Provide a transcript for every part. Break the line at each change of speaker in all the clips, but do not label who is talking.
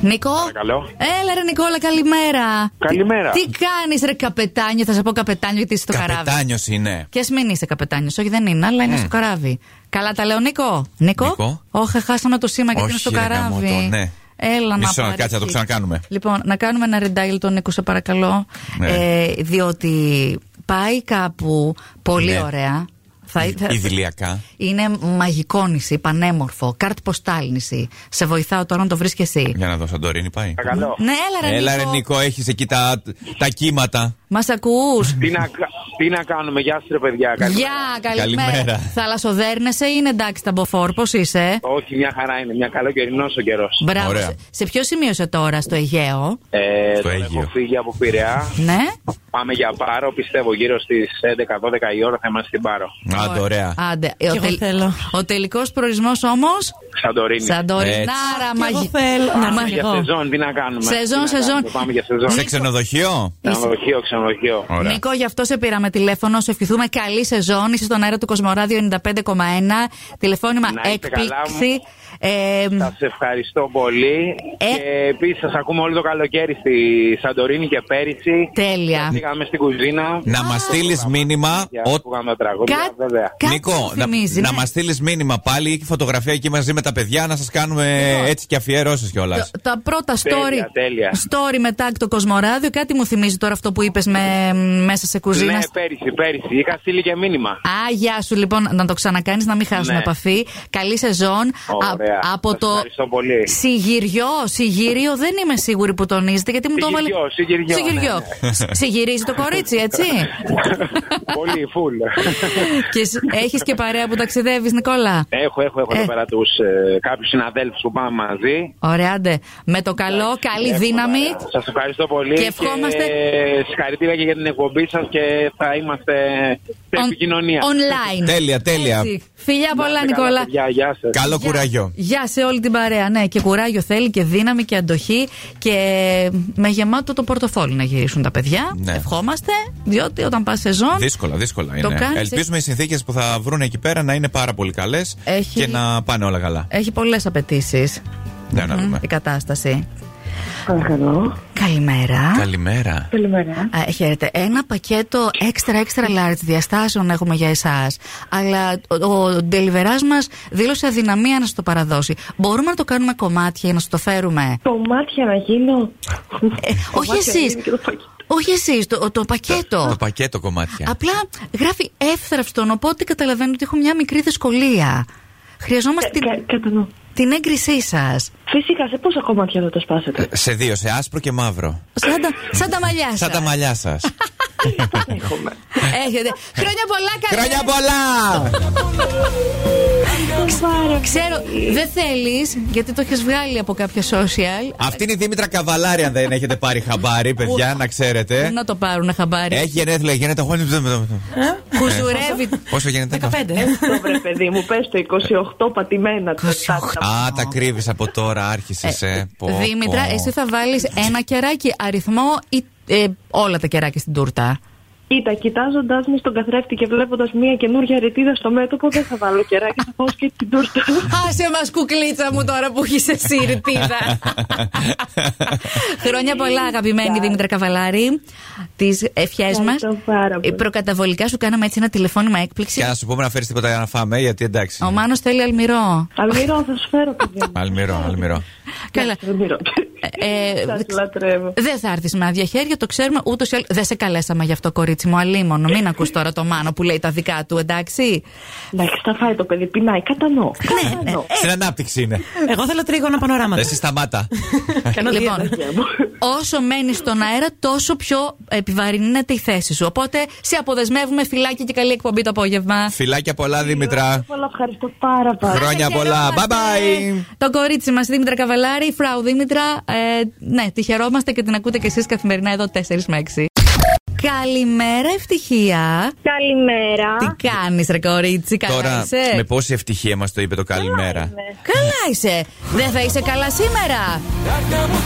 Νικό.
Παρακαλώ.
Έλα ρε Νικόλα, καλημέρα.
Καλημέρα.
Τι, τι κάνεις ρε καπετάνιο, θα σε πω καπετάνιο γιατί είσαι στο καράβι.
Καπετάνιος είναι.
Και ας μην είσαι καπετάνιος, όχι δεν είναι, αλλά είναι
Μμ.
στο καράβι. Καλά τα λέω, Νίκο. Νίκο.
Νίκο.
Όχι, χάσαμε το σήμα γιατί
Όχι,
είναι στο
ρε,
καράβι.
γαμώτο, ναι.
Έλα
Μισό,
να
κάτσε,
πάρεις.
θα το ξανακάνουμε.
Λοιπόν, να κάνουμε ένα redial τον Νίκο, σε παρακαλώ.
Ναι.
Ε, διότι πάει κάπου πολύ
Ναι.
ωραία. Θα, θα-
Ιδηλιακά.
είναι μαγικό νησί, πανέμορφο, καρτ ποστάλ νησί. Σε βοηθάω τώρα να το βρεις και εσύ.
Για να δω, Σαντορίνη πάει.
Παρακαλώ.
Ναι, έλα ρε,
Έλα ρε
Νίκο.
Νίκο, έχεις εκεί τα, τα κύματα.
Μας ακούς.
Τι να, κα- τι να κάνουμε, γεια σα, παιδιά. καλημέρα.
Γεια, καλημέρα.
Καλημέρα.
Θαλασσοδέρνεσαι ή είναι εντάξει τα μποφόρ, πώς είσαι.
Όχι, μια χαρά είναι, μια καλοκαιρινό ο καιρός.
Μπράβο.
Ωραία.
Σε, σε ποιο σημείο είσαι τώρα, στο Αιγαίο.
Ε,
Στο
τώρα
Αίγυο.
έχω φύγει από Πειραιά.
Ναι.
Πάμε για πάρο, πιστεύω γύρω στις 11-12 η ώρα θα είμαστε στην πάρο.
Άντε, ωραία.
Άντε.
Κι
ο,
εγώ θέλω.
ο τελικός προορισμός όμως.
Ναι.
Σαντορίνη.
Σαντορινάρα,
Κι εγώ
μαγικό.
θέλω. Να
Πάμε για σεζόν, τι να κάνουμε.
Σεζόν,
Τι να
σεζόν. Ναι.
κάνουμε, Πάμε για σεζόν.
Σε ξενοδοχείο.
Ξενοδοχείο, ξενοδοχείο.
Ωραία.
Νίκο, γι' αυτό σε πήραμε τηλέφωνο. Σου ευχηθούμε καλή σεζόν. Είσαι στον αέρα του Κοσμοράδιο 95,1. Τηλεφώνημα
Να είστε
έκπληξη. Ε,
Σας ευχαριστώ πολύ.
Ε.
Και επίσης σας ακούμε όλο το καλοκαίρι στη Σαντορίνη και πέρυσι.
τέλεια.
Πήγαμε στην κουζίνα.
Να μας στείλει μήνυμα.
Και
ο-
ακούγαμε τραγούδια,
Κα-
βέβαια.
Κάτι
Νίκο,
μου
να,
θυμίζεις,
να
ναι.
μας στείλεις μήνυμα πάλι ή φωτογραφία εκεί μαζί με τα παιδιά να σας κάνουμε έτσι και αφιερώσεις κιόλας.
Το- τα πρώτα story,
Τέλεια, τέλεια.
story με tag το Κοσμοράδιο. Κάτι μου θυμίζει τώρα αυτό που είπες με, μέσα σε κουζίνα.
Ναι, πέρυσι, πέρυσι. Είχα στείλει και μήνυμα.
Α, γεια σου λοιπόν, να το ξανακάνεις, να μην χάσουμε
Ναι.
επαφή. Καλή σεζόν.
Ωραία.
Α- από
Σας
το
ευχαριστώ πολύ.
Σιγυριό, Σιγύριο, δεν είμαι σίγουρη που τονίζετε γιατί μου το έβαλε.
Σιγυριό, Σιγυριό, ναι, ναι.
Σ- Σιγυρίζει το κορίτσι, έτσι.
Πολύ, φουλ.
και σ- έχεις και παρέα που ταξιδεύεις, Νικόλα.
Έχω, έχω, έχω
Ε.
εδώ πέρα τους ε, κάποιους συναδέλφους που πάμε μαζί.
Ωραία, ντε. Με το καλό, καλή δύναμη.
Σας ευχαριστώ πολύ.
Και ευχόμαστε-
και Συγχαρητήρια και για την εκπομπή σας και θα είμαστε σε
On-
επικοινωνία.
Online.
Τέλεια, τέλεια.
Έτσι. Φιλιά πολλά,
Καλά,
Νικόλα.
παιδιά, Γεια σας.
Καλό κουράγιο.
Γεια σε όλη την παρέα. Ναι, και κουράγιο θέλει και δύναμη και αντοχή και με γεμάτο το πορτοφόλι να γυρίσουν τα παιδιά.
Ναι.
Ευχόμαστε, διότι όταν πας σεζόν.
Δύσκολα, δύσκολα
Το
είναι.
κάνεις, ε.
Ελπίζουμε οι συνθήκες που θα βρουν εκεί πέρα να είναι πάρα πολύ καλές
Έχει-
και να πάνε όλα καλά.
Έχει πολλές απαιτήσεις
Ναι, να δούμε.
η κατάσταση.
Παρακαλώ.
Καλημέρα.
Καλημέρα.
Καλημέρα.
Α, χαίρετε. Ένα πακέτο extra extra large διαστάσεων έχουμε για εσάς. Αλλά ο, ο deliverage μας δήλωσε αδυναμία να σου το παραδώσει. Μπορούμε να το κάνουμε κομμάτια για να σου το φέρουμε.
Το μάτια να γίνω.
Ε, όχι εσεί. Όχι εσείς, το, το πακέτο.
Το πακέτο κομμάτια.
Απλά γράφει εύθραυστον, οπότε καταλαβαίνω ότι έχω μια μικρή δυσκολία.
Ε,
Χρειαζόμαστε την,
Κατανοώ.
την έγκρισή σας.
Φυσικά, σε πόσα κομμάτια θα το σπάσετε.
Ε, Σε δύο, σε άσπρο και μαύρο.
Σαν, τα- σαν τα μαλλιά σα.
Σαν τα μαλλιά σας.
Έχουμε.
Έχετε. Χρόνια πολλά, καλή.
Χρόνια πολλά!
Ξέρω, δεν θέλεις, γιατί το έχεις βγάλει από κάποια social.
Αυτή είναι η Δήμητρα Καβαλάρη, αν δεν έχετε πάρει χαμπάρι, παιδιά, να ξέρετε.
Πού να το πάρουν χαμπάρι.
Ε. Έχει γενέθλια, γίνεται.
Κουζουρεύει.
Πόσο γίνεται.
15.
Το βρε παιδί μου, πες το 28 πατημένα.
28.
Α, τα κρύβεις από τώρα, άρχισες. Ε, πω,
Δήμητρα,
πω.
εσύ θα βάλεις ένα κεράκι αριθμό ή ε, όλα τα κεράκια στην τούρτα.
Κοίτα, κοιτάζοντα με στον καθρέφτη και βλέποντας μια καινούργια ρετίδα στο μέτωπο, δεν θα βάλω κεράκι, θα πάω και την τούρτα.
Άσε μας κουκλίτσα μου τώρα που έχεις εσύ ρητίδα. Χρόνια πολλά αγαπημένη Δήμητρα Καβαλάρη. Τις ευχές μας.
Ευχαριστώ πάρα πολύ.
Ε, Προκαταβολικά σου κάναμε έτσι ένα τηλεφώνημα έκπληξη.
Και να σου πούμε να φέρεις τίποτα για να φάμε, γιατί εντάξει.
Ο Μάνος θέλει αλμυρό.
Αλμυρό, θα σου φέρω, παιδί μου.
Αλμυρό, αλμυρό.
Καλά.
Αλμυρό.
Ε, ε,
Σας λατρεύω.
Δεν θα έρθεις με άδεια χέρια, το ξέρουμε ούτως ή άλλως. Δεν σε καλέσαμε γι' αυτό, κορίτσι μου. Αλίμονο, μην ακούς τώρα το μάνο που λέει τα δικά του, εντάξει.
Εντάξει, θα φάει το παιδί, πεινάει, κατανοώ.
ναι.
Κατανοώ.
Στην ανάπτυξη είναι.
Εγώ θέλω τρίγωνα πανοράματα.
Εσύ σταμάτα.
Κάνω
Λοιπόν,
δίαιτα.
όσο μένεις στον αέρα, τόσο πιο επιβαρύνεται η θέση σου. Οπότε σε αποδεσμεύουμε φυλάκι και καλή εκπομπή το απόγευμα.
Φιλάκια πολλά, Δήμητρα.
Πολλά ευχαριστώ πάρα πάρα
Χρόνια
Τα
πολλά. Bye
χαιρόμαστε.
bye.
Το κορίτσι μας, Δήμητρα Καβαλάρη, η φράου Δήμητρα. Ε, ναι, τη χαιρόμαστε και την ακούτε κι εσείς καθημερινά εδώ 4 με 6. Καλημέρα, ευτυχία.
Καλημέρα.
Τι κάνεις, ρε κορίτσι, καλά
Τώρα,
είσαι.
με πόση ευτυχία μας το είπε το καλημέρα.
Καλά είσαι. Δεν θα είσαι καλά σήμερα.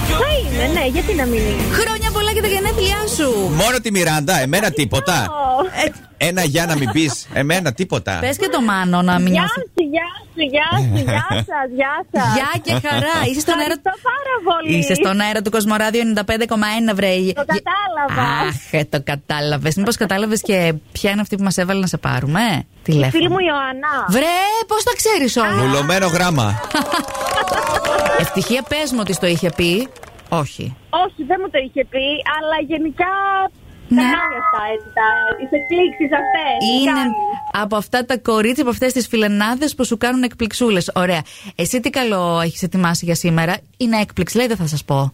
Θα είμαι, ναι, γιατί να μην είμαι.
Χρόνια πολλά για τα γενέθλιά σου.
Μόνο τη Μιράντα, εμένα τίποτα.
Ω,
ε,
Ένα για να μην πεις, εμένα τίποτα.
Πες και το μάνο να μην
Γεια
νιώθει.
σου, γεια σου, γεια σου, γεια σας, γεια σας.
Ε, Γεια και χαρά. Είσαι στον αέρα.
Ευχαριστώ πάρα πολύ.
Είσαι στον αέρα του Κοσμοράδιο 95,1 βρε.
Το κατάλαβα.
Αχ, ε, το κατάλαβες. Μήπως κατάλαβες και ποια είναι αυτή που μας έβαλε να σε πάρουμε. Τηλέφωνο.
Φίλη μου Ιωαννά.
Βρε, πώς τα ξέρεις όλα.
Μουλωμένο γράμμα.
Ευτυχία, πες μου ότι στο είχε πει. Όχι.
Όχι, δεν μου το είχε πει, αλλά γενικά
Ναι.
τα κάνει αυτά έτσι. τα- Τις εκπλήξεις αυτές. τις
Είναι
κάνει.
από αυτά τα κορίτσια, από αυτές τις φιλενάδες που σου κάνουν εκπληξούλες. Ωραία. Εσύ τι καλό έχεις ετοιμάσει για σήμερα. Είναι έκπληξη, λέει, δεν θα σας πω.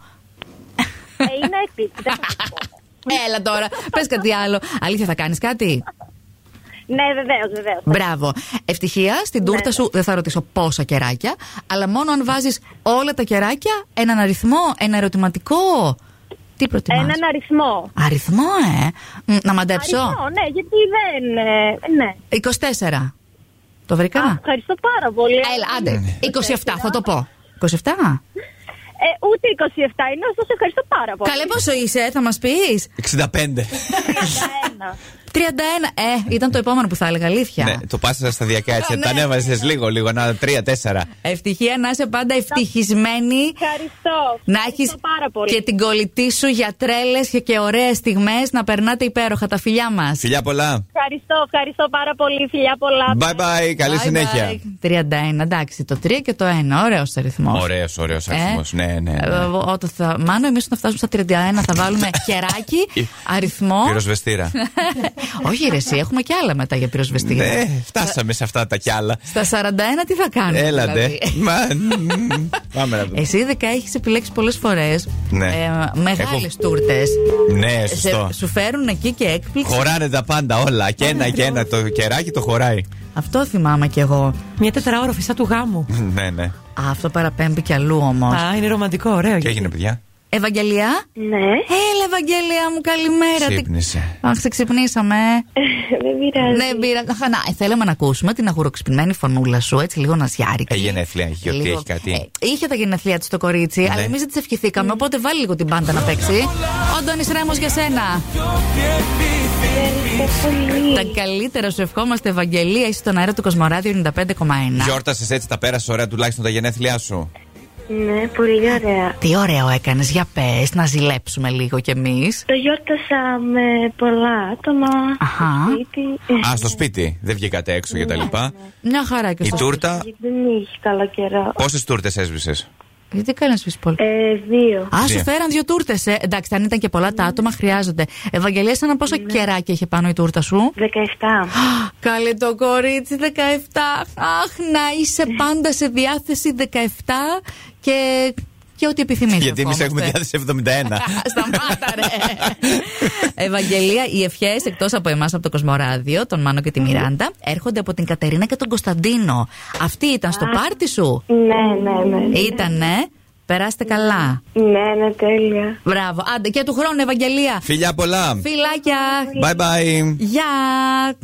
Ε, Είναι έκπληξη. δεν θα σου πω.
Έλα τώρα, πες κάτι άλλο. Αλήθεια, θα κάνεις κάτι.
Ναι, βεβαίως, βεβαίως.
Μπράβο. Ευτυχία, στην τούρτα σου δεν θα ρωτήσω πόσα κεράκια, αλλά μόνο αν βάζεις όλα τα κεράκια, έναν αριθμό, ένα ερωτηματικό. Τι προτιμάς
Έναν αριθμό.
Αριθμό, ε. Μ, Να μαντέψω.
Αριθμό, ναι, γιατί δεν. ε, Ναι.
24. Το βρήκα.
Α, ευχαριστώ πάρα πολύ.
Έλα, άντε. 27, θα το πω. 27.
Ε, ούτε 27 είναι, ωστόσο ευχαριστώ πάρα πολύ.
Καλέ, πόσο είσαι, θα μας πεις.
65.
31.
31. Ε, ήταν το επόμενο που θα έλεγα, αλήθεια.
Ναι, το πάσα σταδιακά έτσι.
Ναι.
Τα ανέβασες λίγο, λίγο. Ένα, τρία, τέσσερα.
Ευτυχία να είσαι πάντα ευτυχισμένη.
Ευχαριστώ.
Να
Ευχαριστώ
έχει
πάρα πολύ.
και την κολλητή σου για τρέλες και, και ωραίες στιγμές. Να περνάτε υπέροχα τα φιλιά μας.
Φιλιά πολλά.
Ευχαριστώ, ευχαριστώ πάρα πολύ. Φιλιά πολλά.
Bye bye. Καλή συνέχεια.
31, εντάξει, το 3 και το 1. Ωραίος αριθμός.
Ωραίος, ωραίος
Ε?
αριθμός. Ναι, ναι. ναι.
Όταν θα, μάλλον εμείς όταν φτάσουμε στα 31 θα βάλουμε χεράκι, αριθμό.
Πυροσβεστήρα.
Ναι, Όχι, ρε, εσύ, έχουμε και άλλα μετά για πυροσβεστήρα.
Ναι, φτάσαμε σε αυτά τα κι άλλα.
Στα 41 τι θα κάνουμε.
Έλατε.
δηλαδή.
Μα, μ, Πάμε να δούμε.
Εσύ ειδικά έχεις επιλέξει ε, πολλές φορές
Ναι.
μεγάλες
Έχω-
τούρτες.
Ναι, σωστό.
Ε, Σου φέρουν εκεί και έκπληξη.
Χωράνε τα πάντα όλα. Και ένα και ένα. Το κεράκι το χωράει.
Αυτό θυμάμαι κι εγώ.
Μια τετραώρο φυσά του γάμου.
Ναι, ναι.
Α, αυτό παραπέμπει κι αλλού όμως.
Α, είναι ρομαντικό, ωραίο.
Τι έγινε, παιδιά.
Ευαγγελία.
Ναι.
Έλα, Ευαγγελία μου, καλημέρα. Τι-
Ξύπνησε.
Αχ, σε ξυπνήσαμε.
Ε, Δεν πειράζει.
Ναι, πήρα. Χανά, θέλαμε να ακούσουμε την αγουροξυπημένη φωνούλα σου, έτσι λίγο να ζιάρικη.
Ε, γενέθλια έχει, ότι έχει κάτι. Ναι.
Ε, είχε τα γενέθλια της το κορίτσι, αλλά εμείς δεν της ευχηθήκαμε, οπότε βάλει λίγο την πάντα να παίξει. Ο Ντόνι Ρέμος για σένα. Τα καλύτερα σου ευχόμαστε, Ευαγγελία. Είσαι στον αέρα του Κοσμοράδιο 95,1.
Γιόρτασες έτσι, τα πέρασες ωραία τουλάχιστον τα γενέθλιά σου.
Ναι, πολύ ωραία.
Τι ωραίο έκανες, για πες, να ζηλέψουμε λίγο κι εμείς.
Το γιόρτασα με πολλά άτομα.
Αχα.
στο Σπίτι.
Ναι.
Α, στο σπίτι. Δεν βγήκατε έξω και τα λοιπά.
Μια χαρά Ναι. και
Η
στο σπίτι.
τούρτα.
Γιατί Δεν είχε καλό καιρό.
Πόσες τούρτες έσβησες.
Γιατί κάνει πολύ.
Ε, δύο.
Α, σου
Δύο.
φέραν δύο τούρτες. Ε. Εντάξει, αν ήταν και πολλά τα άτομα, χρειάζονται. Ευαγγελία, σαν πόσα
Ναι.
κεράκια είχε πάνω η τούρτα σου.
17.
Καλέ το κορίτσι, 17. Αχ, να είσαι πάντα σε διάθεση 17 και, και ό,τι επιθυμείς
Γιατί εμείς
ευχόμαστε.
έχουμε διάθεση 71.
ναι. Σταμάτα, ρε. Ευαγγελία, οι ευχές εκτός από εμάς από το Κοσμοράδιο, τον Μάνο και τη Μιράντα, έρχονται από την Κατερίνα και τον Κωνσταντίνο. Αυτοί ήταν στο πάρτι σου.
Ναι, ναι, ναι.
Ε. Ήτανε. Περάστε καλά.
Ναι, ναι, τέλεια.
Μπράβο. Άντε και του χρόνου, Ευαγγελία.
Φιλιά πολλά.
Φιλάκια.
Bye bye.
Γεια.